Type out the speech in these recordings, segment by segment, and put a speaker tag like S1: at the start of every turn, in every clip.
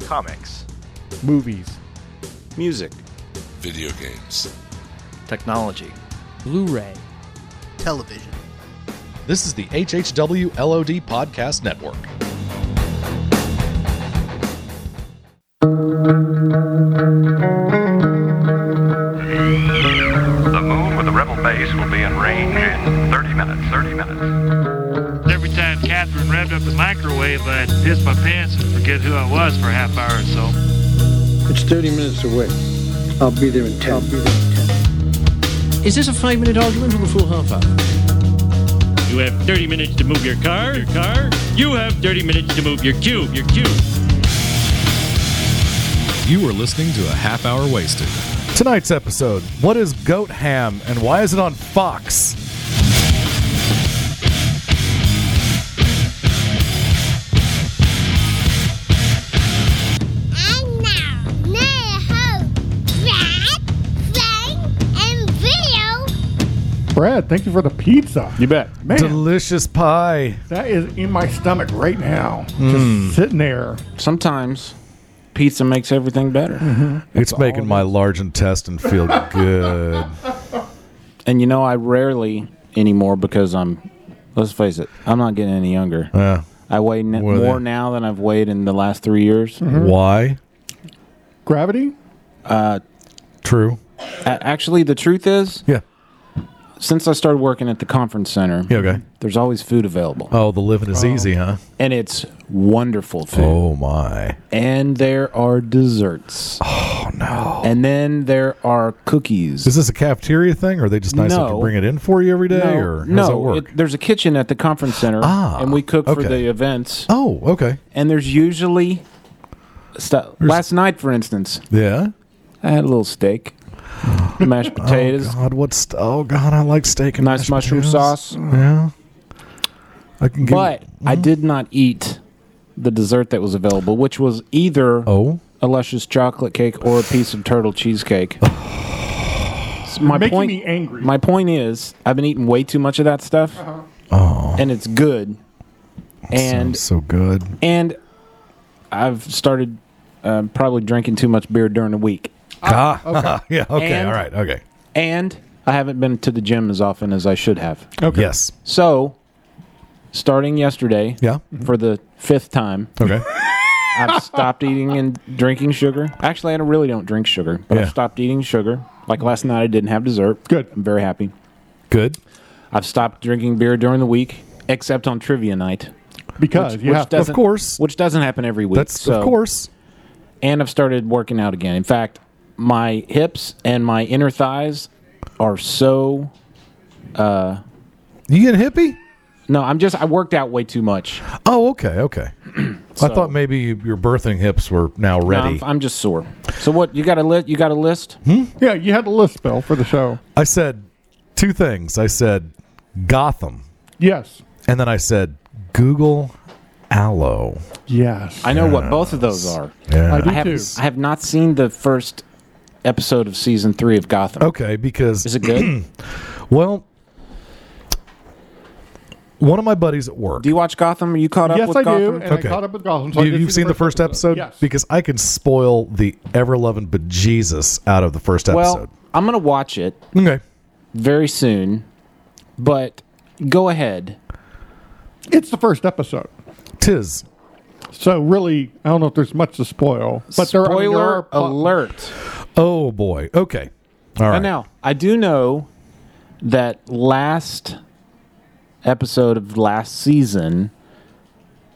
S1: comics,
S2: movies,
S3: music,
S4: video games.
S5: technology.
S6: Blu ray,
S7: television.
S8: This is the HHW LOD Podcast Network.
S9: The moon with the rebel base will be in range in 30 minutes. 30 minutes.
S10: Every time Catherine revved up the microwave, I'd piss my pants and forget who I was for a half hour or so.
S11: It's 30 minutes away. I'll be there in 10. I'll be there in 10.
S6: Is this a five minute argument or a full half hour?
S10: You have 30 minutes to move your car. Your car. You have 30 minutes to move your cube. Your cube.
S8: You are listening to a half hour wasted.
S2: Tonight's episode What is goat ham and why is it on Fox?
S12: And now, now host, Brad, Frank, and Video.
S13: Brad, thank you for the pizza.
S2: You bet.
S13: Man.
S2: Delicious pie.
S13: That is in my stomach right now,
S3: Hmm.
S13: just sitting there.
S3: Sometimes pizza makes everything better.
S2: It's making my large intestine feel good.
S3: And you know, I rarely anymore because I'm, let's face it, I'm not getting any younger.
S2: Yeah.
S3: I weigh n-
S2: What are
S3: more
S2: they?
S3: now than I've weighed in the last three years.
S2: Mm-hmm. Why?
S13: Gravity?
S2: True.
S3: A- actually, the truth is,
S2: Yeah.
S3: since I started working at the conference center,
S2: Yeah, okay.
S3: there's always food available.
S2: Oh, the living is easy, huh?
S3: And it's wonderful food.
S2: Oh my.
S3: And there are desserts. Oh, no. And then there are cookies.
S2: Is this a cafeteria thing or are they just nice enough to
S3: No.
S2: bring it in for you every day or how does that work?
S3: it- there's a kitchen at the conference center,
S2: Ah,
S3: and we cook for
S2: okay.
S3: the events.
S2: oh, okay.
S3: And there's usually stuff. Last night, for instance,
S2: Yeah.
S3: I had a little steak, mashed potatoes,
S2: Oh, God, what's oh god, I like steak and
S3: nice
S2: mashed
S3: mushroom
S2: potatoes.
S3: sauce.
S2: Yeah. I can get
S3: But I did not eat the dessert that was available, which was either
S2: Oh.
S3: a luscious chocolate cake or a piece of turtle cheesecake. So my
S13: Making
S3: point,
S13: me angry.
S3: my point is, I've been eating way too much of that stuff,
S2: Uh-huh.
S3: Oh. and it's good. And
S2: Sounds so good.
S3: and I've started uh, probably drinking too much beer during the week,
S2: yeah, okay,
S3: And-
S2: all right, okay.
S3: and I haven't been to the gym as often as I should have.
S2: Okay. Yes.
S3: So, starting yesterday,
S2: Yeah.
S3: for the fifth time,
S2: Okay.
S3: I've stopped eating and drinking sugar. Actually, I don't- really don't drink sugar, but
S2: Yeah.
S3: I've stopped eating sugar. Like last night, I didn't have dessert.
S13: Good.
S3: I'm very happy.
S2: Good.
S3: I've stopped drinking beer during the week, except on trivia night,
S13: Because you have to.
S3: doesn't-
S2: course.
S3: which doesn't happen every week.
S2: That's
S3: so-
S2: of course.
S3: And I've started working out again. In fact, my hips and my inner thighs are so.
S2: You get hippie?
S3: No, I'm just. I worked out way too much. No,
S2: Oh, okay, okay. I thought maybe you, your birthing hips were now ready.
S3: I'm, I'm just sore. So what? You got a list? You got a list?
S13: Yeah, you had a list, Bill, for the show.
S2: I said two things. I said Gotham,
S13: Yes.
S2: and then I said Google Aloe.
S13: Yes.
S3: I know what both of those are.
S2: Yeah.
S13: I do
S3: I have,
S13: too.
S3: I have not seen the first episode of season three of Gotham.
S13: Oh.
S2: Okay, because
S3: Is it good?
S2: well, one of my buddies at work.
S3: do you watch Gotham? Are you caught up
S13: yes,
S3: with
S13: I do.
S3: Gotham?
S13: And
S2: Okay.
S13: I caught up with Gotham. So I
S2: you,
S13: did
S2: have
S13: see
S2: seen the first episode,
S13: Yes.
S2: because I can spoil the ever loving bejesus out of the first
S3: Well,
S2: episode.
S3: I'm going to watch it
S2: okay,
S3: very soon, but go ahead.
S13: it's the first episode.
S2: tis
S13: So really, I don't know if there's much to spoil. But there,
S3: Spoiler
S13: I mean, there are plot-
S3: alert.
S2: oh boy. Okay, all right.
S3: And now, I do know that last episode of last season,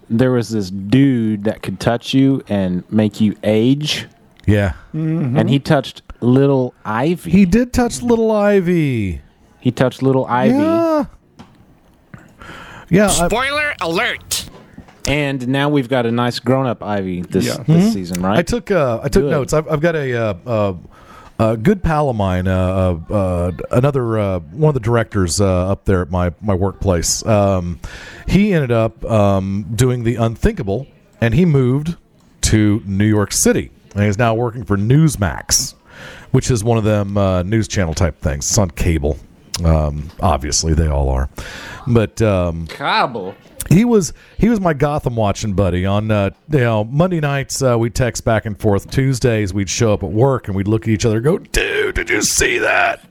S3: there was this dude that could touch you and make you age,
S2: yeah,
S3: and he touched little Ivy.
S2: Mm-hmm. he did touch little Ivy.
S3: He touched little Ivy,
S2: Yeah. Yeah, I-
S7: Spoiler alert!
S3: and now we've got a nice grown-up Ivy this,
S13: Yeah.
S3: this season, right?
S2: Hmm? I took uh, I took
S3: Good.
S2: notes. I've, I've got a, uh, uh, a good pal of mine, uh, uh, uh, another uh, one of the directors uh, up there at my my workplace. Um, he ended up um, doing the unthinkable, and he moved to New York City, and he's now working for Newsmax, which is one of them uh, news channel type things. It's on cable. Um, obviously, they all are, but um,
S3: Cabo.
S2: he was he was my Gotham watching buddy. On uh, you know Monday nights uh, we text back and forth. Tuesdays we'd show up at work and we'd look at each other and go, "Dude, did you see that?"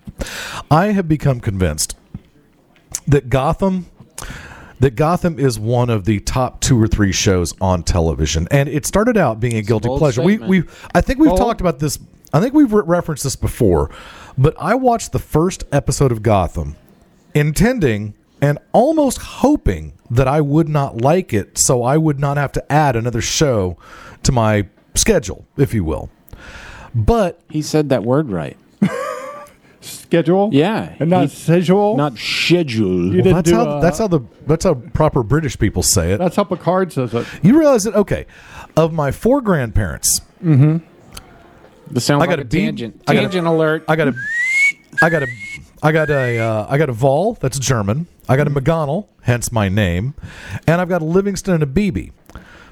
S2: I have become convinced that Gotham that Gotham is one of the top two or three shows on television, and it started out being a guilty
S3: bold
S2: pleasure. We
S3: statement.
S2: we I think we've
S3: Bold.
S2: talked about this. I think we've re- referenced this before, but I watched the first episode of Gotham intending and almost hoping that I would not like it, so I would not have to add another show to my schedule, if you will. But
S3: He said that word right.
S13: Schedule?
S3: Yeah,
S13: And not
S3: he-
S13: schedule?
S3: Not schedule.
S13: You didn't
S2: that's
S13: do,
S2: how
S13: uh,
S2: that's how the that's how proper British people say it.
S13: that's how Picard says it.
S2: You realize that okay, of my four grandparents,
S3: This sounds
S2: I
S3: like
S2: got
S3: a
S2: a beep.
S3: tangent.
S2: I got a-
S3: Tangent alert.
S2: I got a, I got a, I got a, uh, I got a Vol. That's German. I got a McGonnell, hence my name, and I've got a Livingston and a BB.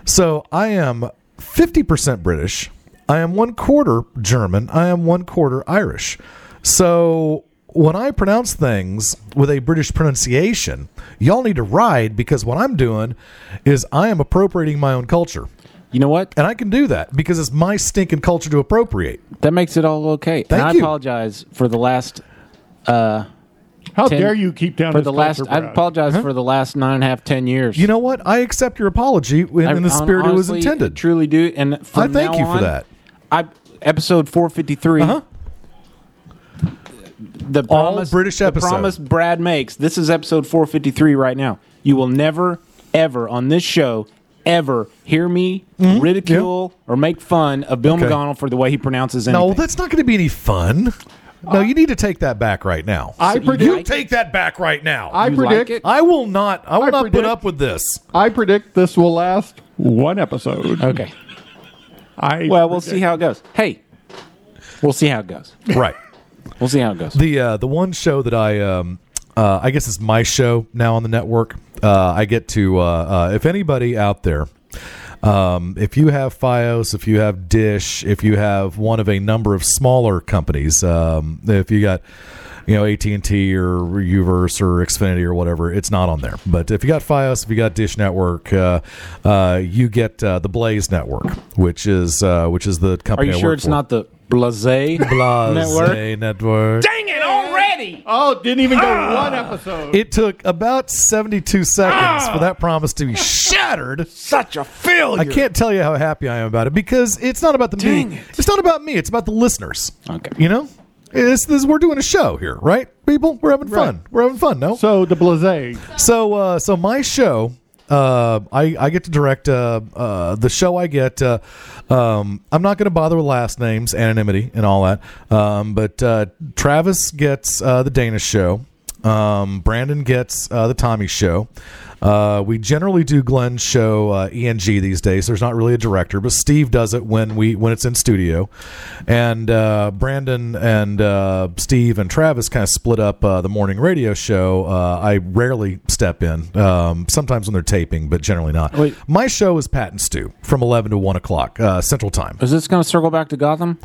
S2: So I am fifty percent British. I am one quarter German. I am one quarter Irish. So when I pronounce things with a British pronunciation, y'all need to ride because what I'm doing is I am appropriating my own culture.
S3: you know what?
S2: And I can do that because it's my stinking culture to appropriate.
S3: That makes it all okay.
S2: Thank
S3: and I
S2: you.
S3: apologize for the last
S13: How
S3: Ten-
S13: dare you keep down
S3: for
S13: his
S3: the last.
S13: culture,
S3: I
S13: Brad.
S3: apologize for the last nine and a half, ten years.
S2: You know what? I accept your apology in,
S3: I-
S2: in the
S3: hon-
S2: spirit it was
S3: honestly,
S2: intended.
S3: Truly do. And
S2: I
S3: from
S2: thank
S3: now
S2: you for
S3: on,
S2: that.
S3: I episode four fifty three.
S2: Uh-huh.
S3: The
S2: All
S3: promise,
S2: British
S3: the
S2: episode.
S3: promise Brad makes. This is episode four fifty three right now. You will never, ever on this show ever hear me ridicule or make fun of Bill
S2: Mm-hmm. Okay.
S3: McDonald for the way he pronounces anything.
S2: No, that's not going to be any fun. No, you need to take that back right now.
S13: I
S3: you
S13: predict.
S3: like-
S2: take that back right now.
S13: I
S3: You
S13: predict.
S3: like it?
S2: I will not. I will
S13: I
S2: not
S13: predict-
S2: put up with this.
S13: I predict this will last one episode.
S3: okay.
S13: I
S3: Well, we'll
S13: predict-
S3: see how it goes. Hey, we'll see how it goes.
S2: Right.
S3: We'll see how it goes.
S2: The uh, the one show that I um uh, I guess it's my show now on the network. Uh, I get to uh, uh, if anybody out there. Um, if you have FiOS, if you have Dish, if you have one of a number of smaller companies, um, if you got you know AT and T or Uverse or Xfinity or whatever, it's not on there. But if you got FiOS, if you got Dish Network, uh, uh, you get uh, the Blaze Network, which is uh, which is the
S3: Are
S2: company.
S3: you
S2: I
S3: sure
S2: work
S3: it's
S2: for.
S3: not the Blase Network?
S2: Blaze Network?
S13: Oh, didn't even go
S2: Ah!
S13: one episode.
S2: It took about 72 seconds for that promise to be shattered. Such a failure. I can't tell you how happy I am about it because it's not about the me. It's not about me. It's about the listeners.
S3: Okay.
S2: You know? It's, this, we're doing a show here, right? People, we're having fun. We're having fun, no?
S13: So the blase.
S2: So, uh, so my show, uh, I, I get to direct uh, uh, the show. I get. Uh, um, I'm not going to bother with last names, anonymity, and all that. Um, but uh, Travis gets uh, the Dana show. Um, Brandon gets uh, the Tommy show. Uh, we generally do Glenn's show uh, ENG these days. There's not really a director, but Steve does it when we when it's in studio, and uh, Brandon and uh, Steve and Travis kind of split up uh, the morning radio show. Uh, I rarely step in, um, sometimes when they're taping, but generally not.
S3: Wait.
S2: My show is Pat and Stew from eleven to one o'clock uh, Central Time.
S3: Is this going to circle back to Gotham?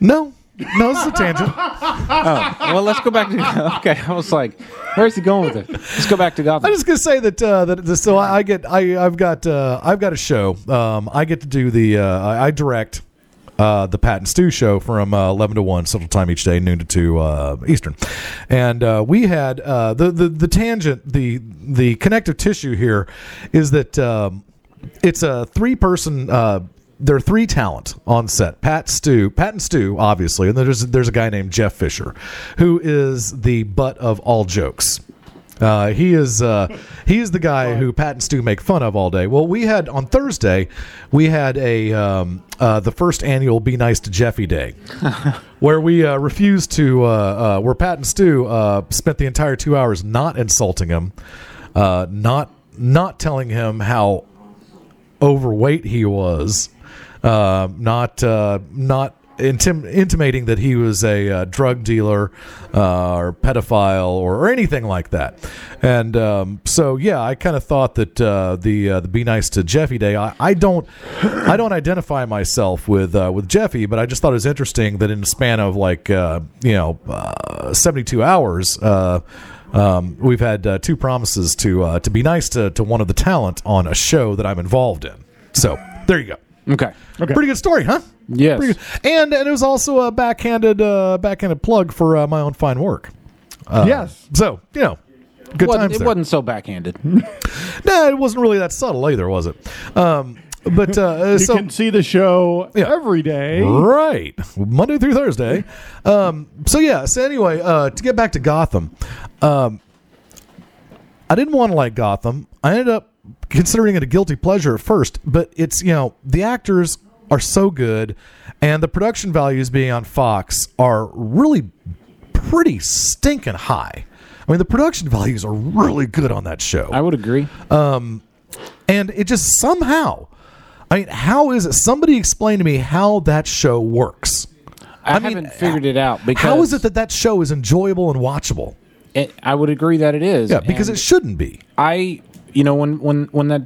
S2: No, no, this is a tangent.
S3: Well, let's go back to. Okay, I was like, where's he going with it? Let's go back to Gotham.
S2: I'm just gonna say that uh, that that- so I, I get I I've got uh, I've got a show. Um, I get to do the uh, I, I direct. Uh, the Pat and Stew show from uh, 11 to 1 Central Time each day, noon to 2 uh, Eastern. And uh, we had uh, the, the, the tangent, the, the connective tissue here is that um, it's a three person, uh, there are three talent on set Pat Stew, Pat and Stew, obviously, and there's, there's a guy named Jeff Fisher who is the butt of all jokes. Uh, he is uh, he is the guy who Pat and Stu make fun of all day. Well, we had on Thursday, we had a um, uh, the first annual "Be Nice to Jeffy" day, where we uh, refused to uh, uh, where Pat and Stu uh, spent the entire two hours not insulting him, uh, not not telling him how overweight he was, uh, not uh, not intim- intimating that he was a uh, drug dealer uh, or pedophile or, or anything like that. And um, so, yeah, I kind of thought that uh, the uh, the be nice to Jeffy Day. I, I don't I don't identify myself with uh, with Jeffy, but I just thought it was interesting that in the span of like uh, you know uh, seventy two hours. Uh, Um, we've had uh, two promises to uh, to be nice to, to one of the talent on a show that I'm involved in. So there you go.
S3: Okay.
S2: Pretty good story, huh?
S3: Yes.
S2: Pretty good. And and it was also a backhanded uh, backhanded plug for uh, my own fine work. Uh,
S13: yes.
S2: So you know, good
S3: Wasn't-
S2: times.
S3: it
S2: there.
S3: wasn't so backhanded.
S2: No, it wasn't really that subtle either, was it? Um, but uh,
S13: You
S2: so
S13: can see the show
S2: Yeah.
S13: every day.
S2: right Monday through Thursday. Um, so yeah. So anyway, uh, to get back to Gotham, um, I didn't want to like Gotham. I ended up considering it a guilty pleasure at first, but it's you know the actors are so good, and the production values being on Fox are really pretty stinking high. I mean, the production values are really good on that show.
S3: I would agree.
S2: And it just somehow, I mean, how is it? Somebody explain to me how that show works.
S3: I,
S2: mean,
S3: haven't figured it out because
S2: How is it that that show is enjoyable and watchable?
S3: it, I would agree that it is.
S2: Yeah, because
S3: And
S2: it shouldn't be.
S3: I, you know, when when when that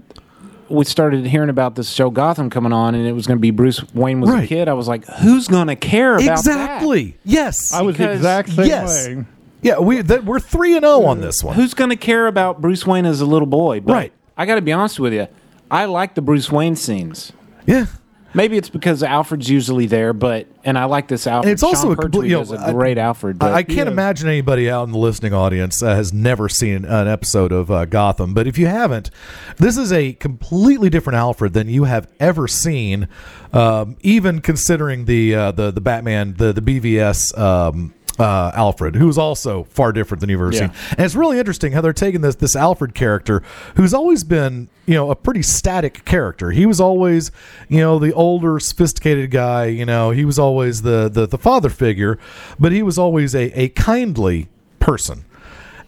S3: we started hearing about this show Gotham coming on, and it was going to be Bruce Wayne was
S2: Right.
S3: a kid. I was like, who's going to care about
S2: Exactly. Yes.
S13: I was the
S3: Because-
S13: exact same
S2: yes.
S13: way.
S2: yeah, we that, we're three and zero on this
S3: that?
S2: one.
S3: Who's going to care about Bruce Wayne as a little boy? But
S2: Right.
S3: I got to be honest with you. I like the Bruce Wayne scenes.
S2: Yeah.
S3: Maybe it's because Alfred's usually there, but and I like this Alfred.
S2: And it's also
S3: Sean
S2: a complete-
S3: Pertwee
S2: you know,
S3: does
S2: I-
S3: a great Alfred. But
S2: I, I can't imagine anybody out in the listening audience uh, has never seen an episode of uh, Gotham. But if you haven't, this is a completely different Alfred than you have ever seen. Um, even considering the uh, the the Batman the the BVS. Um, uh, Alfred, who's also far different than you've ever seen, and it's really interesting how they're taking this this Alfred character, who's always been you know a pretty static character. He was always you know the older, sophisticated guy. You know he was always the the, the father figure, but he was always a a kindly person.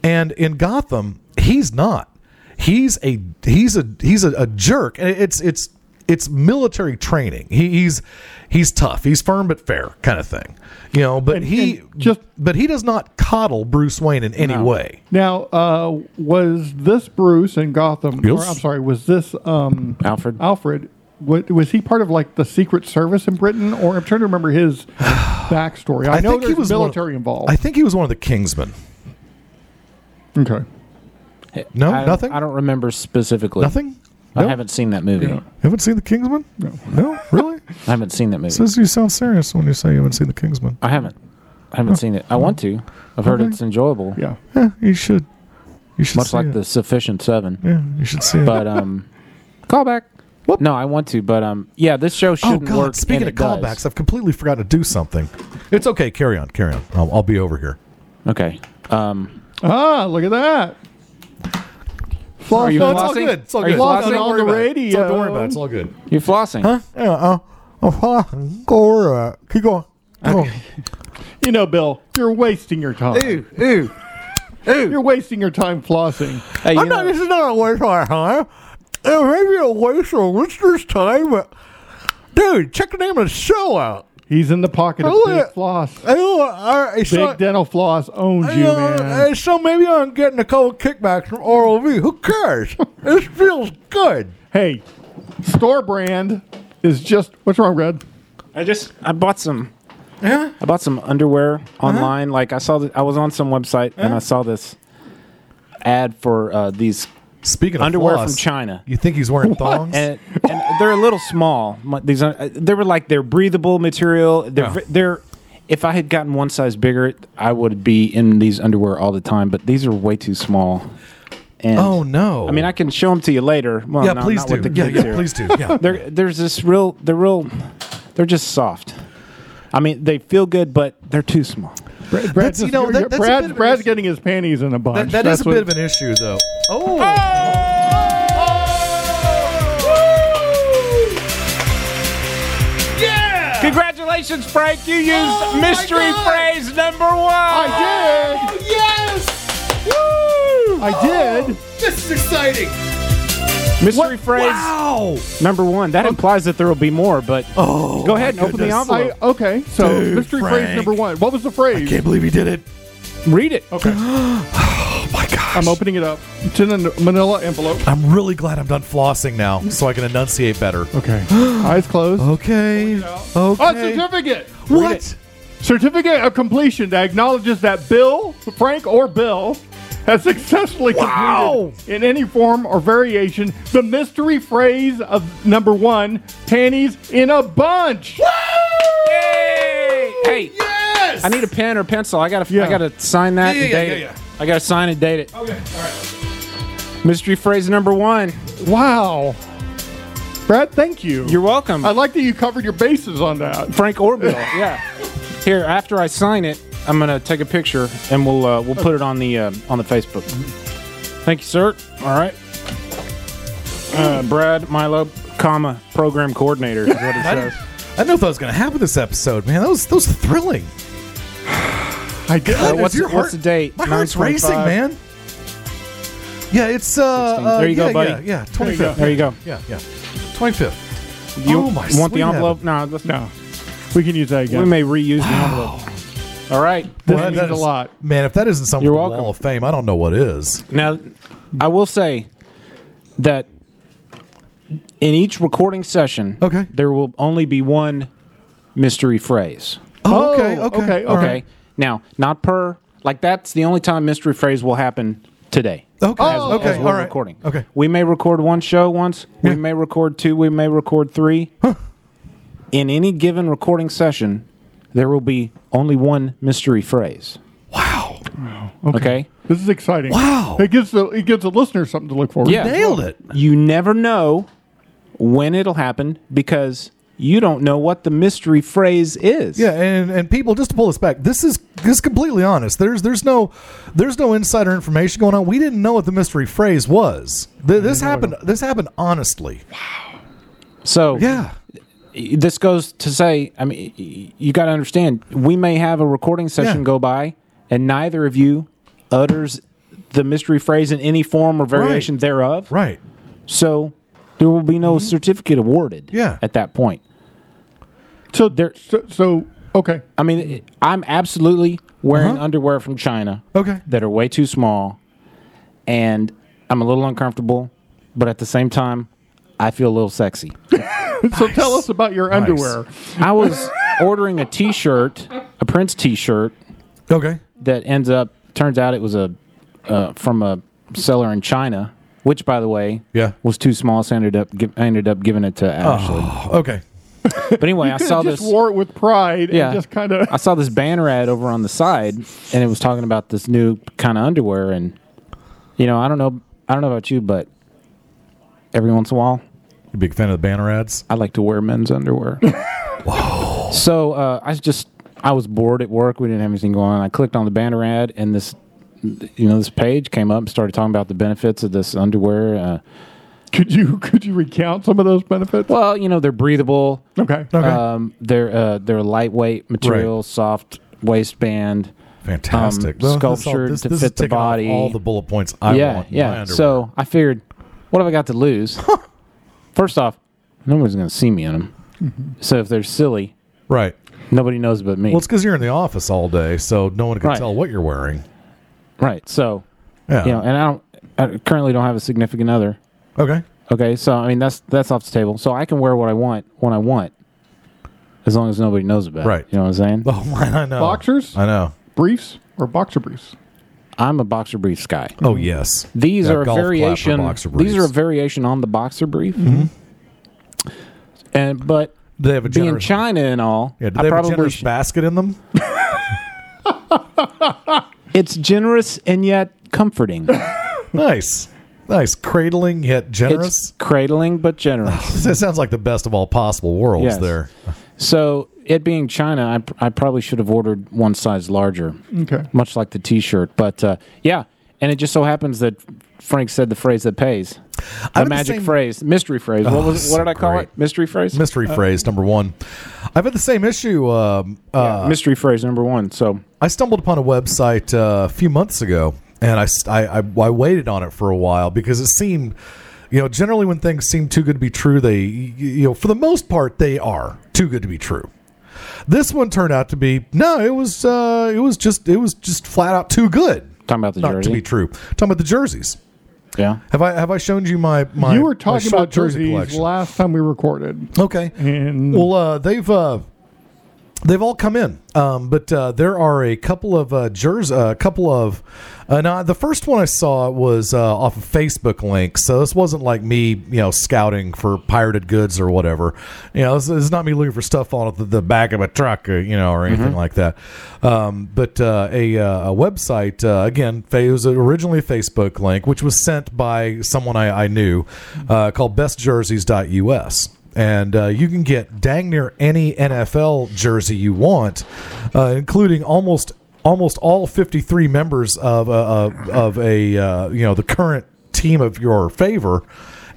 S2: And in Gotham, he's not. He's a he's a he's a, a jerk, and it's it's it's military training. He, he's he's tough. He's firm but fair, kind of thing. You know, but
S13: And-
S2: he
S13: and just-
S2: but he does not coddle Bruce Wayne in any way.
S13: Now, uh, was this Bruce in Gotham?
S2: Yes.
S13: Or, I'm sorry, was this um,
S3: Alfred.
S2: Oh,
S13: Alfred? wa- Was he part of like the Secret Service in Britain, or I'm trying to remember his backstory? I, know there's
S2: one of-
S13: military involved.
S2: I think he was one of the Kingsmen.
S13: okay,
S2: No,
S3: I,
S2: nothing.
S3: I don't remember specifically.
S2: Nothing.
S3: I haven't seen that movie.
S2: Haven't seen the Kingsman. No, no, really.
S3: I haven't seen that movie.
S2: Says you sound serious when you say you haven't seen the Kingsman.
S3: I haven't. I haven't seen it. I want to. I've heard it's enjoyable,
S13: yeah.
S2: Eh, you should. You should.
S3: much
S2: see
S3: like
S2: it.
S3: the Sufficient Seven.
S2: Yeah, you should see it.
S3: But um, callback.
S2: Whoop.
S3: No, I want to, but um, yeah, this show
S2: Oh
S3: shouldn't
S2: God!
S3: work.
S2: Speaking
S3: and
S2: of
S3: it does.
S2: callbacks, I've completely forgotten to do something. It's okay. Carry on. Carry on. I'll, I'll be over here.
S3: okay. Um,
S13: Ah, look at that. Floss
S3: you
S13: on-
S2: it's all
S3: flossing?
S2: good. It's all
S3: Are you
S2: good.
S3: flossing?
S2: Don't
S13: On
S2: worry
S13: the
S2: about it. It's all- Don't
S13: radio.
S2: worry about it. It's all good.
S3: you're flossing.
S2: Yeah. Uh, I'm go. Keep going.
S13: You know, Bill, you're wasting your time.
S2: Oh.
S7: Ooh, ooh.
S13: You're wasting your time flossing.
S3: Hey, you know,
S2: is not a waste of our time. It may be a waste of listeners' time, but dude, check the name of the show out.
S13: He's in the pocket of
S2: Oh,
S13: Big
S2: yeah.
S13: Floss.
S2: I,
S13: Big Dental Floss owns you, man.
S2: so maybe I'm getting a cold kickback from Oral V. Who cares? this feels good.
S13: Hey, store brand is just. What's wrong, Red?
S3: I just I bought some. I bought some underwear online. Like I saw, that I was on some website and I saw this ad for uh, these
S2: Speaking of
S3: Underwear from
S2: floss,
S3: China.
S2: you think he's wearing thongs?
S3: and, and they're a little small. My- These are, they were like they're breathable material. They're
S2: Yeah.
S3: ve- they're. If I had gotten one size bigger, I would be in these underwear all the time. But these are way too small. And
S2: Oh, no.
S3: I mean, I can show them to you later. Well,
S2: yeah,
S3: no,
S2: please
S3: not
S2: do.
S3: With the
S2: yeah,
S3: kids
S2: yeah,
S3: here.
S2: please do. Yeah.
S3: They're, there's this real. They're real. They're just soft. I mean, they feel good, but they're too small.
S13: Brad,
S2: That's-
S13: Brad's,
S2: you know, that- that's a bit
S13: Brad,
S2: of an
S13: Brad's
S2: issue.
S13: getting his panties in a bunch.
S2: That- that is a
S13: what-
S2: bit of an issue, though. Oh.
S3: Congratulations, Frank! You used mystery phrase number one.
S13: I
S2: Oh,
S13: did. Yes. Woo! I did.
S2: Oh.
S3: Mystery phrase
S2: Wow.
S3: number one. That implies that there will be more, but
S2: Oh.
S3: go ahead and open the envelope.
S13: I, okay, so
S2: Dude,
S13: mystery
S2: Frank.
S13: phrase number one. What was the phrase?
S2: Can't believe he did it.
S3: Read it.
S13: Okay,
S2: Oh my gosh.
S13: I'm opening it up. It's in a manila envelope.
S2: I'm really glad I'm done flossing now, so I can enunciate better.
S13: Okay. Eyes closed.
S2: Okay.
S13: Oh,
S2: Okay.
S13: certificate.
S2: What?
S13: Certificate of completion that acknowledges that Bill, Frank, or Bill has has successfully completed in any form or variation the mystery phrase of number one, panties in a bunch.
S3: Hey, hey. I need a pen or pencil. I gotta,
S13: Yeah.
S3: I gotta sign that
S2: Yeah,
S3: and
S2: yeah,
S3: date
S2: yeah,
S3: it. I gotta sign and date it. Okay, all right. Mystery phrase number one.
S13: Wow. Brad, thank you.
S3: You're welcome,
S13: I like that you covered your bases on that.
S3: Frank Orbital. yeah. Here, after I sign it, I'm gonna take a picture and we'll uh, we'll put it on the uh, on the Facebook. Thank you, sir. All right. Uh, Brad Milo, comma program coordinator. Is what it says.
S2: I didn't know if that was going to happen this episode, man. That was that was thrilling.
S13: I did.
S2: God,
S3: what's-
S2: is your
S3: what's
S2: heart-
S3: the date?
S2: My heart's racing,
S3: 9:25.
S2: man. Yeah, it's uh,
S3: 16.
S2: uh,
S3: There you go,
S2: yeah,
S3: buddy.
S2: Yeah, yeah,
S13: you go.
S2: 25th.
S3: There you go.
S2: Yeah, yeah. 25th.
S3: You
S2: Oh, my
S3: want
S2: sweet
S3: the envelope? No, let's
S13: No. We can use that again.
S3: We may reuse the envelope. All right.
S13: this
S2: Well,
S13: means
S2: that
S13: a
S2: is-
S13: lot.
S2: Man, if that isn't something
S3: You're
S2: for the
S3: welcome.
S2: Wall of Fame, I don't know what is.
S3: Now, I will say that in each recording session,
S2: Okay.
S3: there will only be one mystery phrase.
S2: Oh, okay, okay,
S13: okay,
S2: all
S13: okay.
S3: Okay. Now, not per like that's the only time mystery phrase will happen today.
S2: Okay,
S13: As-
S2: Oh, okay,
S3: as we're
S2: all right.
S3: recording.
S2: Okay.
S3: We may record one show once.
S2: Yeah.
S3: We may record two. We may record three. In any given recording session, there will be only one mystery phrase.
S2: Wow.
S3: Okay.
S13: This is exciting.
S2: Wow.
S13: It gives the it gives the listener something to look forward.
S3: Yeah.
S2: Nailed it.
S3: You never know when it'll happen because you don't know what the mystery phrase is.
S2: Yeah, and and people, just to pull this back, this is this is completely honest. There's there's no there's no insider information going on. We didn't know what the mystery phrase was. Th- this happened. This happened honestly.
S3: So
S2: Yeah.
S3: this goes to say, I mean, y- you got to understand, we may have a recording session
S2: Yeah.
S3: go by and neither of you utters the mystery phrase in any form or variation thereof.
S2: Right. Mm-hmm.
S3: So there will be no certificate awarded
S2: Yeah.
S3: at that point.
S13: So
S3: There-
S13: So, so okay.
S3: I mean, it- I'm absolutely wearing
S2: Uh-huh.
S3: underwear from China.
S2: Okay.
S3: that are way too small and I'm a little uncomfortable, but at the same time, I feel a little sexy.
S13: So tell us about your underwear.
S3: I was ordering a t shirt, a Prince t shirt,
S2: Okay.
S3: that ends up, turns out it was a uh, from a seller in China, which, by the way,
S2: Yeah.
S3: was too small, so I ended up, gi- I ended up giving it to Ashley.
S2: Okay.
S3: But anyway, I saw
S13: Oh. just
S3: this.
S13: wore it with pride
S3: Yeah.
S13: and just kind of.
S3: I saw this banner ad over on the side, and it was talking about this new kind of underwear. And you know, I don't know, I don't know about you, but every once in a while,
S2: You big fan of the banner ads?
S3: I like to wear men's underwear. Whoa! So uh, I just I was bored at work. We didn't have anything going on. I clicked on the banner ad, and this you know this page came up and started talking about the benefits of this underwear. Uh,
S13: Could you could you recount some of those benefits?
S3: well, you know they're breathable.
S13: okay.
S2: Okay.
S3: Um, they're uh, they're lightweight material, soft waistband.
S2: Fantastic.
S3: um,
S2: Well, this all-
S3: sculptured
S2: this-
S3: to
S2: this is
S3: fit the
S2: ticking off
S3: body.
S2: All the bullet points I
S3: yeah,
S2: want. in my
S3: yeah.
S2: underwear.
S3: So I figured, what have I got to lose? First off, nobody's going to see me in them. So if they're silly,
S2: right.
S3: nobody knows but me.
S2: Mm-hmm. Well, it's because you're in the office all day, so no one can
S3: Right.
S2: tell what you're wearing.
S3: right. So
S2: Yeah.
S3: you know, and I don't I currently don't have a significant other.
S2: okay.
S3: Okay, so I mean that's that's off the table. So I can wear what I want when I want, as long as nobody knows about
S2: Right.
S3: it. You know what I'm saying?
S2: Oh my, I know.
S13: Boxers?
S2: I know.
S13: Briefs or boxer briefs?
S3: I'm a boxer briefs guy.
S2: Oh yes.
S3: These
S2: Yeah,
S3: are a
S2: golf clap for
S3: variation.
S2: boxer
S3: These are a
S2: briefs.
S3: variation on the boxer brief. And but
S2: They have a
S3: being
S2: generous.
S3: China and all,
S2: yeah, do they
S3: I
S2: have a
S3: probably
S2: generous
S3: sh-
S2: basket in them?
S3: it's generous and yet comforting.
S2: Nice. Nice. Cradling yet
S3: it's
S2: generous.
S3: cradling but generous.
S2: that sounds like the best of all possible worlds
S3: Yes.
S2: there.
S3: so it being China, I, pr- I probably should have ordered one size larger.
S13: Okay.
S3: much like the T-shirt. But uh, yeah, and it just so happens that Frank said the phrase that pays, the
S2: had the
S3: magic
S2: same-
S3: phrase, mystery phrase.
S2: Oh,
S3: what was? What
S2: so
S3: did I call
S2: great.
S3: it? Mystery phrase.
S2: Mystery phrase number one. I've had the same issue. Um, uh,
S3: mystery phrase number one. So
S2: I stumbled upon a website uh, a few months ago, and I, st- I, I I waited on it for a while because it seemed, you know, generally when things seem too good to be true, they y- you know for the most part they are too good to be true. This one turned out to be no, it was uh, it was just it was just flat out too good
S3: talking about the
S2: not
S3: jersey.
S2: to be true. Talking about the jerseys.
S3: yeah.
S2: Have I have I shown you my my?
S13: you were
S2: my
S13: talking
S2: short
S13: about
S2: jersey
S13: jerseys
S2: collection?
S13: last time we recorded.
S2: Okay.
S13: And-
S2: well, uh, they've uh, They've all come in, um, but uh, there are a couple of uh, jers, a couple of. Uh, now, the first one I saw was uh, off of Facebook link, so this wasn't like me, you know, scouting for pirated goods or whatever. You know, this, this is not me looking for stuff on the, the back of a truck, or, you know, or anything like that. Um, but uh, a, uh, a website uh, again, fa- it was originally a Facebook link, which was sent by someone I, I knew uh, called BestJerseys.us and uh, you can get dang near any NFL jersey you want, uh, including almost almost all 53 members of a, of, of a uh, you know the current team of your favor,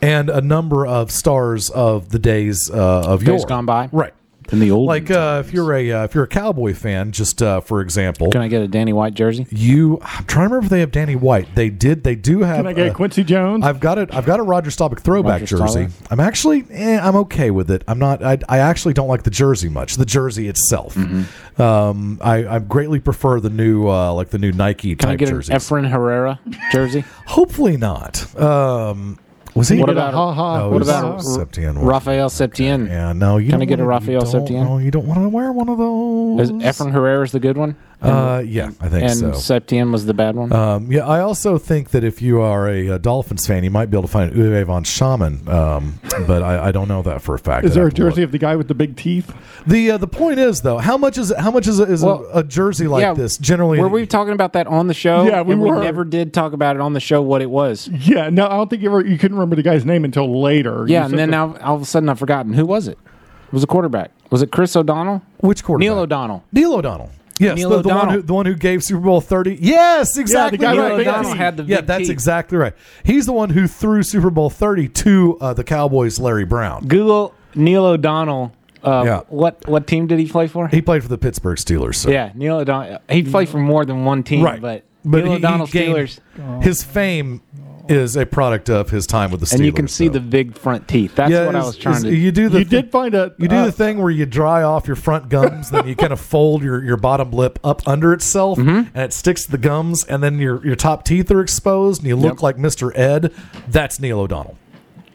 S2: and a number of stars of the days uh, of
S3: Days
S2: yore.
S3: gone by?
S2: Right,
S3: In the old.
S2: like uh, if you're a uh, if you're a Cowboy fan, just uh, for example.
S3: Can I get a Danny White jersey?
S2: you, I'm trying to remember if they have Danny White. They did. They do have.
S13: Can I get
S2: uh,
S13: Quincy Jones?
S2: I've got it. I've got a Roger Staubach throwback
S3: Roger
S2: jersey.
S3: Staubach.
S2: I'm actually, eh, I'm okay with it. I'm not. I, I actually don't like the jersey much. The jersey itself.
S3: Mm-hmm.
S2: Um, I, I greatly prefer the new, uh, like the new Nike
S3: Can I
S2: type
S3: get an
S2: jerseys.
S3: Efren Herrera jersey?
S2: Hopefully not. Um, was he?
S3: What
S13: Get a
S3: about-
S13: ha-ha,
S2: No,
S3: what
S2: it was
S3: about
S2: Septien one.
S3: Rafael Septien?
S2: Yeah, no. You
S3: Can I
S2: don't
S3: get a
S2: wanna-
S3: Rafael
S2: you don't-
S3: Septien?
S2: No, you don't want to wear one of those.
S3: Is Efren Herrera's the good one?
S2: Uh, yeah, I think
S3: and
S2: so.
S3: Septien was the bad one.
S2: Um, yeah, I also think that if you are a, uh Dolphins fan, you might be able to find an Uwe von Schaman, um, but I, I don't know that for a fact.
S13: Is
S2: I'd
S13: there a
S2: have to look.
S13: jersey of the guy with the big teeth?
S2: The uh, the point is though, how much is how much is, is
S3: Well,
S2: a, a jersey like
S3: yeah,
S2: this generally?
S3: were we talking about that on the show?
S13: Yeah, we
S3: and
S13: were.
S3: We never did talk about it on the show. What it was?
S13: Yeah, no, I don't think you ever. You couldn't remember the guy's name until later. You
S3: Yeah,
S13: said
S3: and then
S13: the-
S3: now all of a sudden I've forgotten who was it. It was a quarterback. Was it Chris O'Donnell?
S2: which quarterback?
S3: Neil O'Donnell.
S2: Neil O'Donnell. Yes,
S3: Neil
S2: the, the one
S3: O'Donnell.
S2: who the one who gave Super Bowl thirty. Yes, exactly.
S13: guy with
S2: right.
S13: the big
S2: That's-
S13: teeth.
S3: had the
S2: yeah,
S3: big
S2: that's
S3: teeth.
S2: exactly right. He's the one who threw Super Bowl thirty to uh, the Cowboys. Larry Brown.
S3: Google Neil O'Donnell. Uh,
S2: Yeah.
S3: What what team did he play for?
S2: He played for the Pittsburgh Steelers. So.
S3: yeah, Neil O'Donnell. He played for more than one team,
S2: right.
S3: but,
S2: but
S3: Neil
S2: he,
S3: O'Donnell
S2: he gained-
S3: Steelers.
S2: His fame is a product of his time with the Steelers.
S3: And you can see
S2: though.
S3: the big front teeth. That's what I
S2: is-
S3: was trying
S2: is-
S3: to.
S2: You do the
S13: you
S2: thi-
S13: did find a.
S2: You do
S13: uh,
S2: the thing where you dry off your front gums, then you kind of fold your, your bottom lip up under itself,
S3: Mm-hmm.
S2: and it sticks to the gums, and then your, your top teeth are exposed, and you look
S3: Yep.
S2: like Mr. Ed. That's Neil O'Donnell.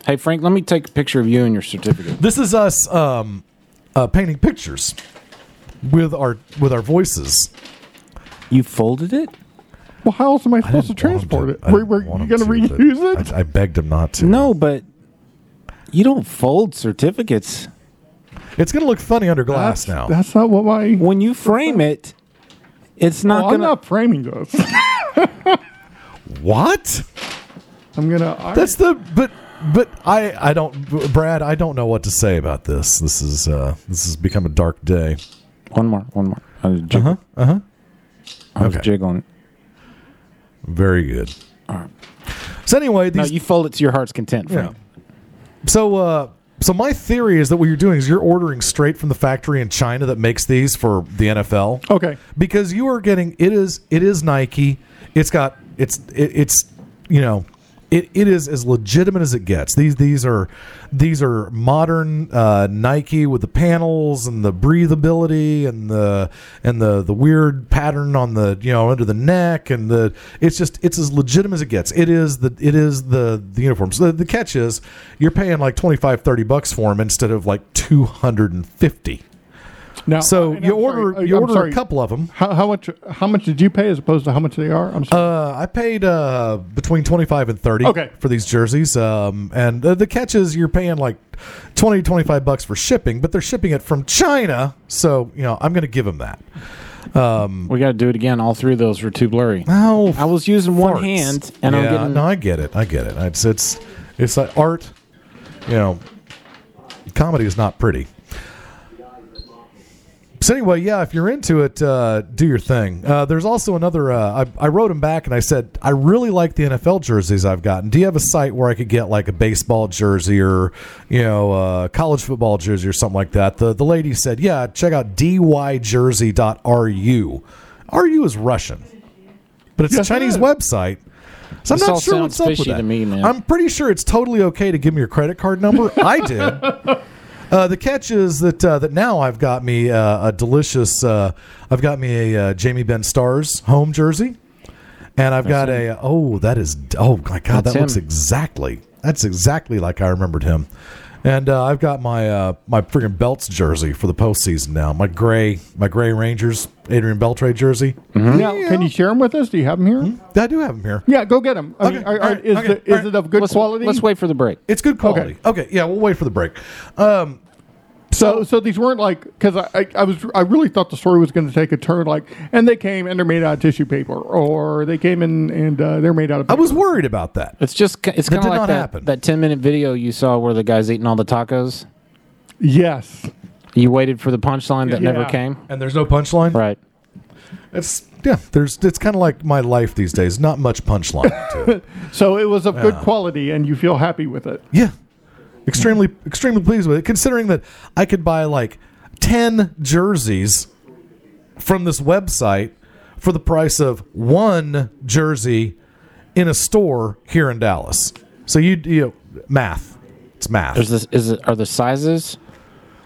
S3: hey Frank, let me take a picture of you and your certificate.
S2: This is us um, uh, painting pictures with our with our voices.
S3: You folded it?
S13: Well, how else am I supposed to transport it? We're, we're you gonna reuse it?
S2: I, begged him not to.
S3: No, but you don't fold certificates.
S2: it's going to look funny under glass now.
S13: That's not what my.
S3: When you frame it, it's Oh, not
S13: Well, I'm
S3: gonna.
S13: not framing this.
S2: what?
S13: I'm gonna. I-
S2: That's the but but I I don't Brad I don't know what to say about this. This is uh this has become a dark day.
S3: One more, one more. I was jiggling. Uh-huh, I was
S2: Okay.
S3: jiggling. it.
S2: Very good. So anyway,
S3: No,
S2: these,
S3: you fold it to your heart's content. Frank.
S2: so uh so my theory is that what you're doing is you're ordering straight from the factory in China that makes these for the NFL.
S13: okay.
S2: Because you are getting it is it is Nike. It's got it's it, it's you know it, it is as legitimate as it gets. These these are these are modern uh, Nike with the panels and the breathability and the and the the weird pattern on the you know under the neck and the it's just it's as legitimate as it gets. It is the it is the the uniforms. The, the catch is you're paying like 25 30 bucks for them instead of like 250.
S13: Now,
S2: So
S13: and
S2: you
S13: I'm
S2: order
S13: sorry, Oh, uh,
S2: you
S13: I'm
S2: order
S13: sorry.
S2: a couple of them.
S13: How, how much? How much did you pay as opposed to how much they are? I'm sorry.
S2: Uh, I paid uh, between twenty five and thirty
S13: Okay.
S2: for these jerseys. Um, and the, the catch is you're paying like 20 25 bucks for shipping, but they're shipping it from China, so you know I'm going to give them that.
S3: We got to do it again. All three of those were too blurry.
S2: Oh,
S3: I was using one
S2: farts.
S3: hand, and I'm
S2: Yeah,
S3: getting-
S2: No, I get it. I get it. It's it's it's like art. You know, comedy is not pretty. So anyway, yeah, if you're into it, uh, do your thing. Uh, there's also another. Uh, I, I wrote him back and I said I really like the NFL jerseys I've gotten. Do you have a site where I could get like a baseball jersey or you know uh, college football jersey or something like that? The the lady said, yeah, check out dyjersey.ru. RU is Russian, but it's
S13: Yes,
S2: a
S13: it
S2: Chinese
S13: is.
S2: website. So I'm
S3: This
S2: not
S3: all
S2: sure
S3: sounds
S2: what's up with
S3: fishy
S2: that.
S3: to me, man.
S2: I'm pretty sure it's totally okay to give me your credit card number. I did. Uh, the catch is that uh, that now I've got me uh, a delicious. Uh, I've got me a uh, Jamie Ben Stars home jersey, and I've got a. uh, Oh, that is. Oh my God,
S3: That's
S2: that looks
S3: him.
S2: exactly. That's exactly like I remembered him. And uh, I've got my uh, my freaking Belts jersey for the postseason now. My gray my gray Rangers Adrian Beltre jersey.
S13: Now, can you share them with us? Do you have them here?
S2: I do have them here.
S13: Yeah, go get them. I mean,
S2: Hmm? Okay,
S13: are, are-
S2: all right,
S13: is,
S2: okay,
S13: the,
S2: all
S13: is
S2: right.
S13: it of good
S3: let's,
S13: quality?
S3: Let's wait for the break.
S2: It's good quality. Okay. yeah, we'll wait for the break. Um,
S13: So, so these weren't like because I, I, I was I really thought the story was going to take a turn like and they came and they're made out of tissue paper or they came in and uh, they're made out of
S2: I
S13: paper.
S2: was worried about that.
S3: It's just ki- it's
S2: That
S3: kind of
S2: did not
S3: like that,
S2: happen.
S3: that ten minute video you saw where the guy's eating all the tacos.
S13: yes
S3: You waited for the punchline that never
S13: Yeah.
S3: came.
S2: And there's no punchline.
S3: Right.
S2: It's yeah. There's it's kind of like my life these days. Not much punchline to it.
S13: so it was of good quality and you feel happy with it
S2: Yeah, extremely extremely pleased with it. Considering that I could buy like ten jerseys from this website for the price of one jersey in a store here in Dallas. So you you know, math. It's math.
S3: Is this is it, are the sizes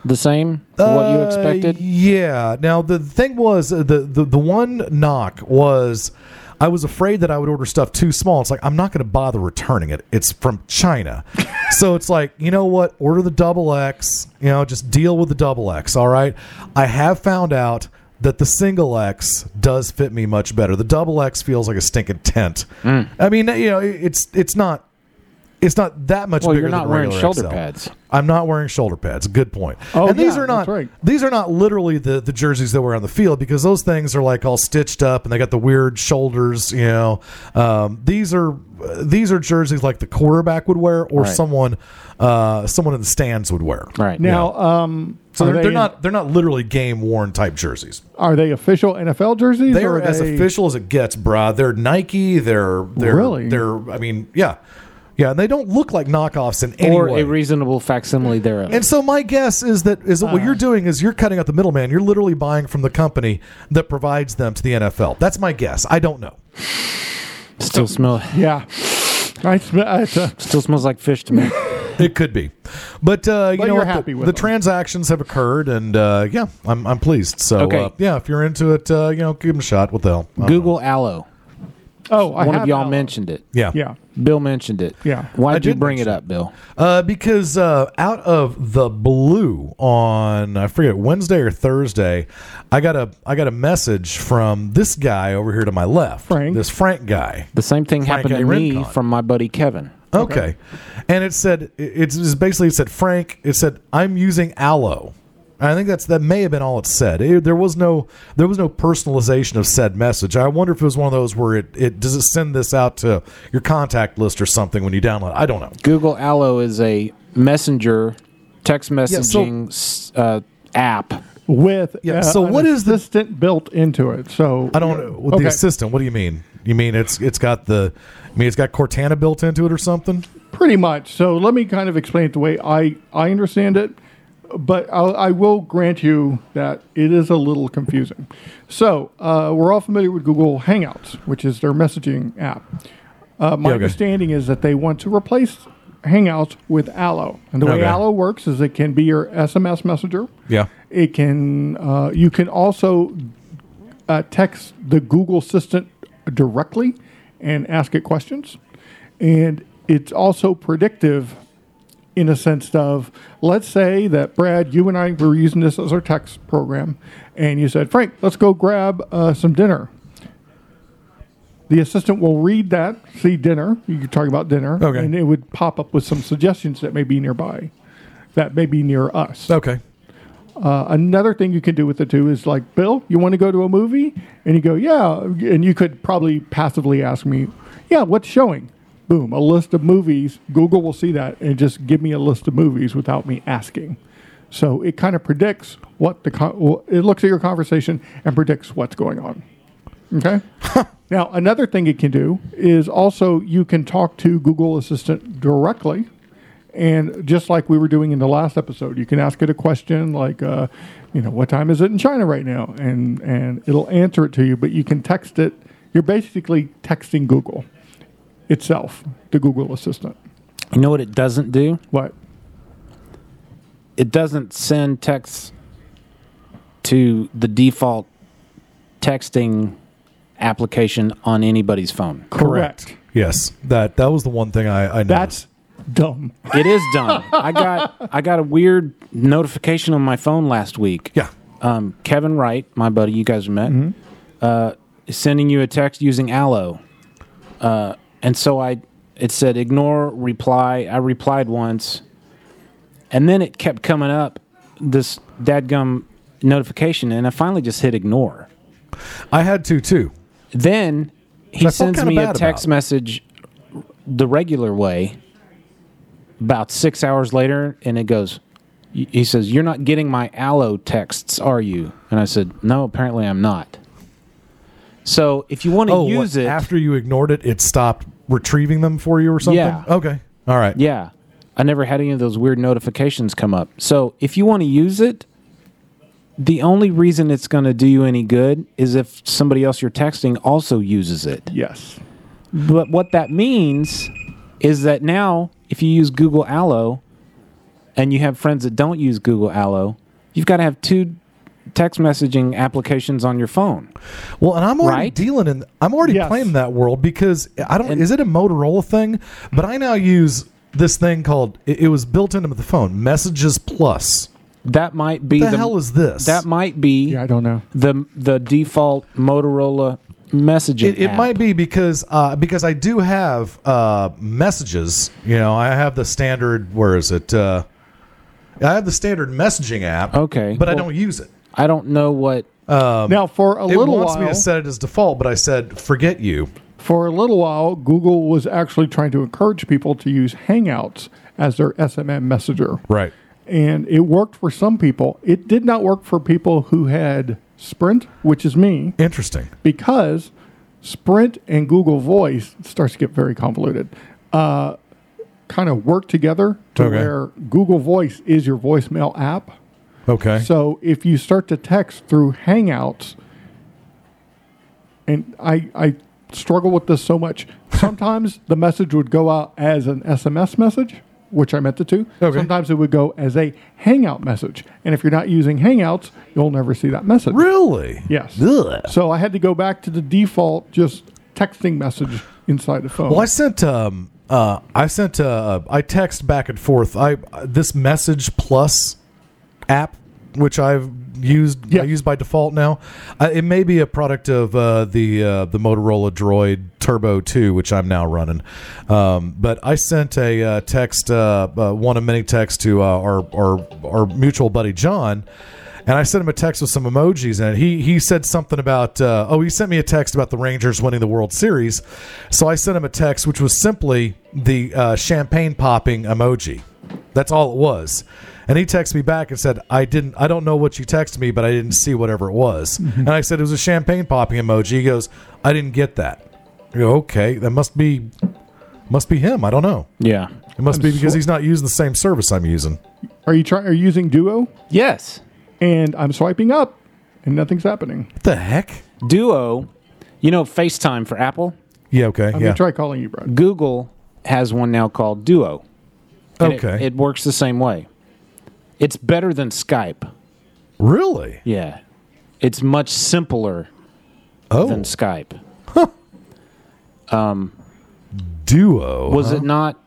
S3: the same? what you
S2: Uh,
S3: expected?
S2: yeah. Now the thing was uh, the, the the one knock was I was afraid that I would order stuff too small. It's like I'm not going to bother returning it. It's from China, so it's like you know what? Order the double X. You know, just deal with the double X. All right. I have found out that the single X does fit me much better. The double X feels like a stinking tent.
S3: Mm.
S2: I mean, you know, it- it's it's not. It's not that much
S3: Well,
S2: bigger
S3: you're not
S2: than
S3: wearing
S2: regular
S3: shoulder
S2: XL.
S3: pads.
S2: I'm not wearing shoulder pads. Good point.
S13: Oh,
S2: and these
S13: yeah,
S2: are not
S13: that's right.
S2: these are not literally the the jerseys that were on the field because those things are like all stitched up and they got the weird shoulders. You know, um, these are these are jerseys like the quarterback would wear or
S3: Right.
S2: someone uh, someone in the stands would wear.
S3: Right.
S13: now um are
S2: So they're,
S13: they,
S2: they're not they're not literally game worn type jerseys.
S13: are they official NFL jerseys
S2: They
S13: or
S2: are as
S13: they-
S2: official as it gets, brah. They're Nike. They're they're
S13: Really?
S2: they're. I mean, yeah, yeah. And they don't look like knockoffs in any
S3: or
S2: way.
S3: a reasonable facsimile thereof.
S2: And so my guess is that is that what
S13: Uh.
S2: you're doing is you're cutting out the middleman. You're literally buying from the company that provides them to the NFL. That's my guess. I don't know.
S3: still smell
S13: yeah I sm- it's a-
S3: still smells like fish to me.
S2: It could be, but uh, you
S13: But
S2: know
S13: you're
S2: what? The-
S13: happy
S2: the,
S13: with them.
S2: transactions have occurred, and uh, yeah, I'm I'm pleased. So
S3: Okay.
S2: uh, yeah, if you're into it, uh, you know, give them a shot. What the hell? Um, I don't know.
S3: Google aloe.
S13: oh I
S3: One
S13: have
S3: of y'all
S13: that.
S3: mentioned it.
S2: Yeah,
S13: yeah
S3: Bill mentioned it.
S13: Yeah.
S2: I
S3: Why'd you
S2: did
S3: bring it
S2: mention
S3: up, Bill?
S2: Uh, because uh, out of the blue on I forget Wednesday or Thursday, I got a I got a message from this guy over here to my left,
S13: Frank.
S2: This Frank guy.
S3: The same thing
S2: Frank
S3: happened to
S2: A.
S3: me
S2: Rincon.
S3: from my buddy Kevin.
S2: Okay. And it said it- it's it's basically it said Frank. It said I'm using aloe. And I think that's that may have been all it said. It- there was no there was no personalization of said message. I wonder if it was one of those where it, it does it send this out to your contact list or something when you download. it? I don't know.
S3: Google Allo is a messenger text
S2: so-
S3: messaging s uh, app.
S13: with uh,
S2: Yeah, so
S13: an
S2: what is the-
S13: assistant built into it so
S2: I don't know with
S13: Okay.
S2: the assistant. What do you mean? You mean it's it's got the I mean it's got Cortana built into it or something?
S13: Pretty much. So let me kind of explain it the way I, I understand it, but I'll, I will grant you that it is a little confusing. So uh, we're all familiar with Google Hangouts, which is their messaging app. Uh, my
S2: Yeah, okay.
S13: understanding is that they want to replace Hangouts with Allo, and the way
S2: Okay.
S13: Allo works is it can be your SMS messenger.
S2: Yeah.
S13: It can. Uh, you can also uh, text the Google Assistant directly and ask it questions, and it's also predictive in a sense of let's say that Brad, you and I were using this as our text program, and you said, Frank, let's go grab uh, some dinner. The assistant will read that, see dinner. You're talking about dinner,
S2: Okay.
S13: and it would pop up with some suggestions that may be nearby, that may be near us
S2: Okay.
S13: another thing you can do with it too is like, Bill, you want to go to a movie? And you go, yeah. And you could probably passively ask me, yeah, what's showing? Boom, a list of movies. Google will see that and just give me a list of movies without me asking. So it kind of predicts what the con- well, it looks at your conversation and predicts what's going on. Okay. now another thing it can do is also you can talk to Google Assistant directly. And just like we were doing in the last episode, you can ask it a question like, uh, you know, what time is it in China right now? And, and it'll answer it to you, but you can text it. You're basically texting Google itself, the Google Assistant.
S3: You know what it doesn't do?
S13: What?
S3: It doesn't send texts to the default texting application on anybody's phone.
S13: Correct.
S2: Yes. That that was the one thing I I noticed.
S13: That's dumb.
S3: It is dumb. I got I got a weird notification on my phone last week.
S2: Yeah.
S3: Um, Kevin Wright, my buddy, you guys met, uh, is sending you a text using Allo, uh, and so I it said ignore reply. I replied once, and then it kept coming up this dadgum notification, and I finally just hit ignore.
S2: I had to too.
S3: Then he
S2: I felt
S3: sends
S2: kinda
S3: me a
S2: bad
S3: text
S2: about it.
S3: message the regular way about six hours later, and it goes, He says, You're not getting my aloe texts, are you? And I said, No, apparently I'm not. So if you want to
S2: Oh, what,
S3: use it,
S2: after you ignored it, it stopped retrieving them for you or something.
S3: Yeah.
S2: Okay. All right.
S3: yeah, I never had any of those weird notifications come up. So if you want to use it, the only reason it's going to do you any good is if somebody else you're texting also uses it.
S13: Yes.
S3: But what that means is that now, if you use Google Allo and you have friends that don't use Google Allo, you've got to have two text messaging applications on your phone.
S2: Well, and I'm already
S3: Right?
S2: dealing in. I'm already
S13: Yes.
S2: playing that world because I don't. is it a Motorola thing? But I now use this thing called. It, it was built into the phone. Messages Plus.
S3: That might be
S2: The, hell is this?
S3: that might be
S13: Yeah, I don't know.
S3: the the default Motorola messaging.
S2: It, it
S3: app.
S2: might be because uh, because I do have uh, messages. You know, I have the standard. Where is it? Uh, I have the standard messaging app.
S3: Okay.
S2: but I
S3: Well-
S2: don't use it.
S3: I don't know what
S13: now for a
S2: Um, It
S13: little
S2: wants me
S13: while,
S2: to set it as default, but I said forget you.
S13: for a little while, Google was actually trying to encourage people to use Hangouts as their SMM messenger.
S2: Right.
S13: and it worked for some people. It did not work for people who had Sprint, which is me,
S2: Interesting.
S13: because Sprint and Google Voice starts to get very convoluted. Uh, kind of work together to
S2: Okay.
S13: where Google Voice is your voicemail app.
S2: Okay.
S13: So if you start to text through Hangouts, and I, I struggle with this so much. Sometimes the message would go out as an SMS message, which I meant it to.
S2: Okay.
S13: Sometimes it would go as a Hangout message. And if you're not using Hangouts, you'll never see that message.
S2: really?
S13: Yes.
S2: Ugh.
S13: So I had to go back to the default just texting message inside the phone.
S2: Well, I sent um uh I sent uh I text back and forth. I this message plus app which I've used
S13: Yeah.
S2: I use by default now. Uh, it may be a product of uh, the uh, the Motorola Droid Turbo 2 which I'm now running. Um, but I sent a uh, text uh, uh, one of many texts to uh, our our our mutual buddy John and I sent him a text with some emojis, and he he said something about uh, oh he sent me a text about the Rangers winning the World Series, so I sent him a text which was simply the uh, champagne popping emoji. That's all it was, and he texted me back and said I didn't I don't know what you texted me, but I didn't see whatever it was,
S3: Mm-hmm.
S2: and I said it was a champagne popping emoji. He goes I didn't get that. I go, okay, that must be must be him. I don't know.
S3: yeah.
S2: It must be because he's not using the same service I'm using.
S13: are you trying? Are you using Duo?
S3: Yes.
S13: And I'm swiping up, and nothing's happening.
S2: What the heck?
S3: Duo, you know FaceTime for Apple?
S2: Yeah. Okay.
S13: I'm
S2: yeah.
S13: gonna try calling you, Brad.
S3: Google has one now called Duo. And it-
S2: Okay.
S3: It, works the same way. It's better than Skype.
S2: really?
S3: Yeah. It's much simpler
S2: Oh.
S3: than Skype.
S2: duo.
S3: Was it not?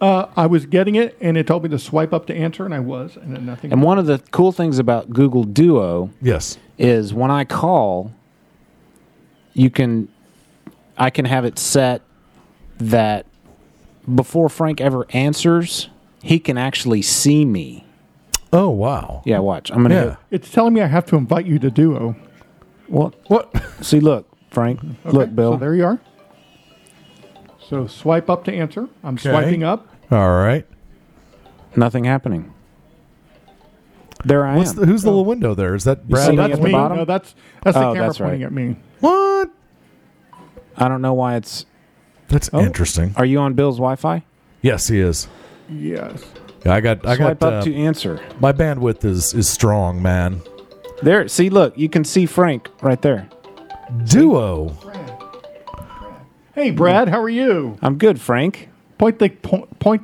S13: I was getting it, and it told me to swipe up to answer, and I was, and then nothing.
S3: And one of the cool things about Google Duo
S2: yes.
S3: is when I call, you can, I can have it set that before Frank ever answers, he can actually see me.
S2: Oh wow.
S3: Yeah, watch. I'm gonna
S2: Yeah.
S3: hit-
S13: It's telling me I have to invite you to Duo.
S3: Well,
S2: What?
S3: see, look, Frank.
S13: Okay,
S3: Look, Bill.
S13: So there you are. So swipe up to answer. I'm swiping up.
S2: All right.
S3: Nothing happening. There I
S2: What's
S3: am.
S2: the, who's the little window there? Is that
S3: see
S2: Brad?
S3: me
S2: That's
S3: at the
S2: me?
S3: bottom?
S13: No, that's that's the
S3: Oh,
S13: camera
S3: that's right.
S13: pointing at me.
S2: What?
S3: I don't know why it's.
S2: That's
S3: Oh.
S2: interesting.
S3: Are you on Bill's Wi-Fi?
S2: Yes, he is.
S13: Yes.
S2: Yeah, I got. I
S3: Swipe
S2: got.
S3: up
S2: Uh,
S3: to answer.
S2: my bandwidth is is strong, man.
S3: There. See, look, you can see Frank right there.
S2: Duo.
S13: Hey,
S3: Hmm.
S13: Brad, how are you?
S3: I'm good, Frank.
S13: Point the po- point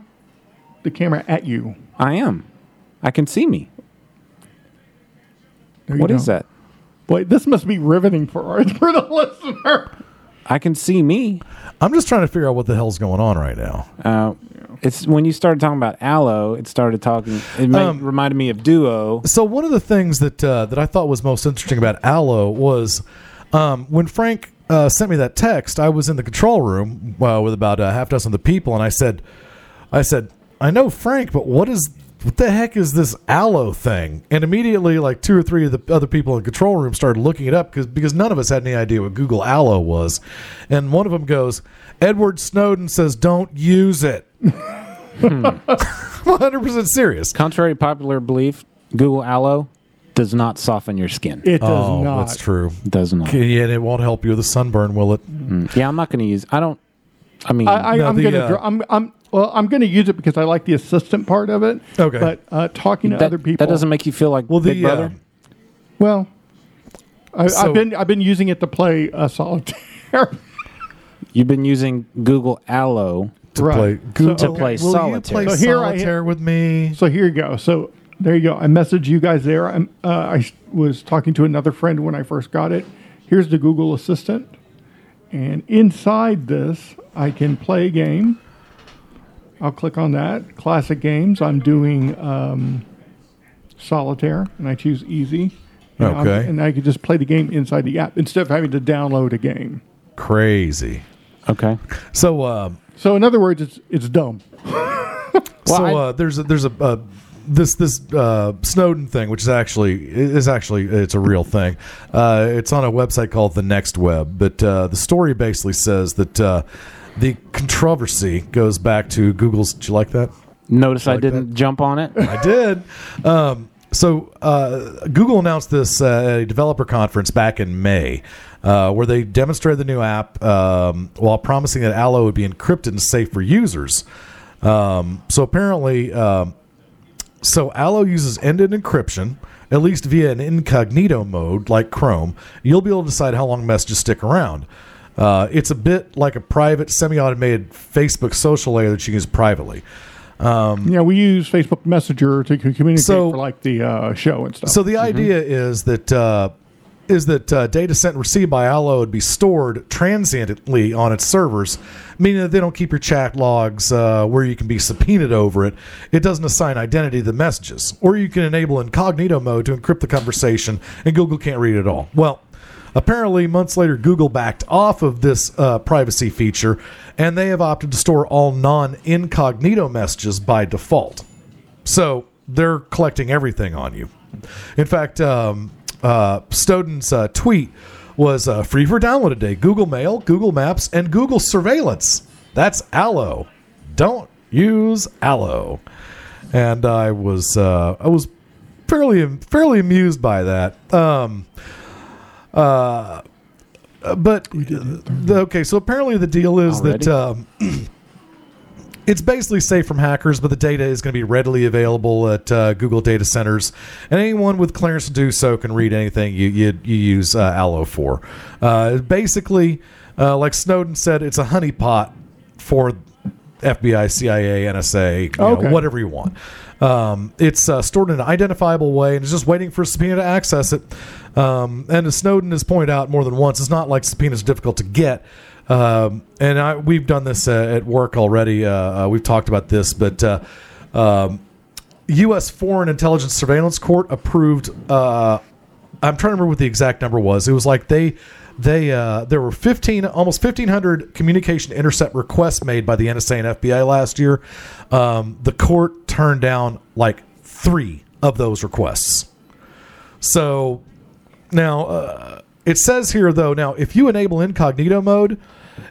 S13: the camera at you.
S3: I am. I can see me.
S13: What is
S3: What is that?
S13: Boy, this must be riveting for our for the listener.
S3: I can see me.
S2: I'm just trying to figure out what the hell's going on right now.
S3: Uh, It's when you started talking about aloe, it started talking. It made,
S2: Um,
S3: reminded me of duo.
S2: So one of the things that uh, that I thought was most interesting about Aloe was um, when Frank uh, sent me that text. I was in the control room uh, with about a half dozen of the people, and I said, "I said I know Frank, but what is what the heck is this Aloe thing?" And immediately, like two or three of the other people in the control room started looking it up because because none of us had any idea what Google Aloe was, and one of them goes, "Edward Snowden says don't use it."
S13: Hmm.
S2: One hundred percent serious.
S3: Contrary to popular belief, Google aloe does not soften your skin.
S13: It does
S2: oh,
S13: not.
S2: that's true.
S3: It does not.
S2: Yeah, and it won't help you with a sunburn, will it?
S3: Yeah, I'm not going to use. I don't. I mean,
S13: I, I,
S2: No,
S13: I'm
S2: the,
S13: gonna.
S2: uh,
S13: dr- I'm. I'm. Well, I'm gonna use it because I like the assistant part of it.
S2: Okay.
S13: But uh, talking to
S3: that,
S13: other people
S3: that doesn't make you feel like
S2: Well, the
S3: Big Brother.
S2: uh,
S13: Well, I,
S2: So-
S13: I've been I've been using it to play uh, solitaire.
S3: You've been using Google aloe.
S2: to
S13: Right.
S2: play
S13: So-
S2: Google.
S13: To
S3: play
S2: Will
S3: solitaire.
S2: You play
S13: So here I hit-
S2: solitaire with me.
S13: So here you go. So there you go. I messaged you guys there. I'm, uh, I s- was talking to another friend when I first got it. Here's the Google Assistant, and inside this, I can play a game. I'll click on that. Classic games. I'm doing um, solitaire, and I choose easy. And I'm-
S2: Okay.
S13: and I can just play the game inside the app instead of having to download a game.
S2: Crazy.
S3: Okay.
S2: So, um,
S13: So in other words, it's it's dumb.
S2: so
S3: I-
S2: uh, there's a, there's a uh, this this uh, Snowden thing, which is actually is actually it's a real thing. Uh, it's on a website called The Next Web, but uh, the story basically says that uh, the controversy goes back to Google's. Did you like that?
S3: Notice I
S2: Like
S3: didn't
S2: that.
S3: jump on it.
S2: I did. Um, so uh, Google announced this uh, at a developer conference back in May, uh, where they demonstrated the new app um, while promising that Allo would be encrypted and safe for users. Um, so apparently, um, so Allo uses end-to-end encryption, at least via an incognito mode like Chrome. You'll be able to decide how long messages stick around. Uh, it's a bit like a private, semi-automated Facebook social layer that you use privately.
S13: Yeah, we use Facebook Messenger to c- communicate
S2: So-
S13: for like the uh, show and stuff.
S2: So the idea is that uh, is that uh, data sent and received by Allo would be stored transiently on its servers, meaning that they don't keep your chat logs uh, where you can be subpoenaed over it. It doesn't assign identity to the messages, or you can enable incognito mode to encrypt the conversation, and Google can't read it all. Well. Apparently, months later, Google backed off of this uh, privacy feature, and they have opted to store all non incognito messages by default. So they're collecting everything on you. In fact, um, uh, Snowden's uh, tweet was uh, free for download today. Google Mail, Google Maps, and Google Surveillance. That's Allo. Don't use Allo. And I was uh, I was fairly fairly amused by that. Um, uh, but the, okay, so apparently the deal is
S3: Already?
S2: that um, it's basically safe from hackers, but the data is going to be readily available at uh, Google data centers, and anyone with clearance to do so can read anything you you, you use uh, Allo for. Uh, basically, uh, like Snowden said, it's a honeypot for FBI, CIA, NSA, you know,
S13: Okay.
S2: whatever you want. Um, it's uh, stored in an identifiable way and is just waiting for a subpoena to access it. Um, and as Snowden has pointed out more than once, it's not like subpoenas are difficult to get. Um, and I, we've done this uh, at work already. Uh, uh, we've talked about this, but uh, um, U.S. Foreign Intelligence Surveillance Court approved. Uh, I'm trying to remember what the exact number was. It was like they they uh, there were 15 almost 1500 communication intercept requests made by the NSA and FBI last year. Um, the court turned down like three of those requests. So now uh, it says here though. Now if you enable incognito mode.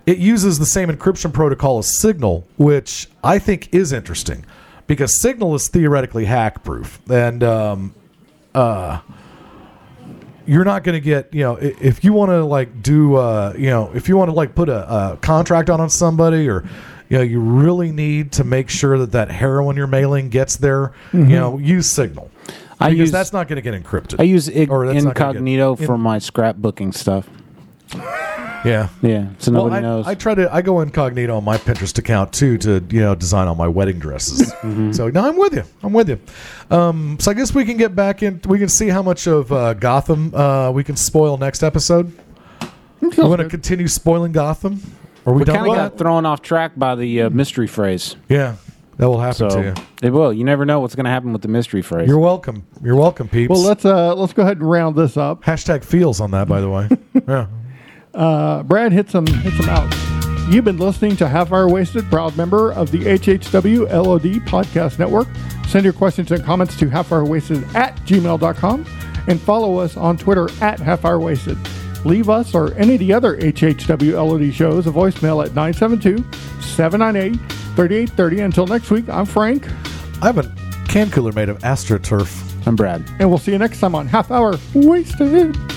S2: It uses the same encryption protocol as Signal, which I think is interesting because Signal is theoretically hack proof. And um, you're not going to get you know i- if you want to like do uh you know if you want to like put a, a contract on on somebody or you know you really need to make sure that that heroin you're mailing gets there you know use signal
S3: Mm-hmm. I
S2: because
S3: use
S2: that's not going to get encrypted
S3: I use ig-
S2: or that's not gonna get-
S3: incognito
S2: in-
S3: for my scrapbooking stuff.
S2: yeah
S3: Yeah, so
S2: well,
S3: nobody knows.
S2: I, I try to I go incognito on my Pinterest account too to you know design all my wedding dresses.
S3: Mm-hmm.
S2: So no, I'm with you. I'm with you. Um, so I guess we can get back in. We can see how much of uh, Gotham uh, we can spoil next episode. I'm going to continue spoiling Gotham. Are we,
S3: we
S2: done
S3: kind of
S2: with
S3: got
S2: that?
S3: thrown off track by the uh, mystery phrase.
S2: yeah. That will
S3: So
S2: happen to you.
S3: it will. You never know what's going to happen with the mystery phrase.
S2: You're welcome. You're welcome, peeps.
S13: Well, let's uh, let's go ahead and round this up.
S2: Hashtag feels on that, by the way. yeah.
S13: Uh, Brad, hit some hit some out. You've been listening to Half Hour Wasted, proud member of the HHW LOD Podcast Network. Send your questions and comments to halfhourwasted at gmail.com and follow us on Twitter at Half Hour Wasted. Leave us or any of the other HHW LOD shows a voicemail at 972 798 3830. Until next week, I'm Frank,
S2: I have a can cooler made of astroturf.
S3: I'm Brad.
S13: and we'll see you next time on Half Hour Wasted.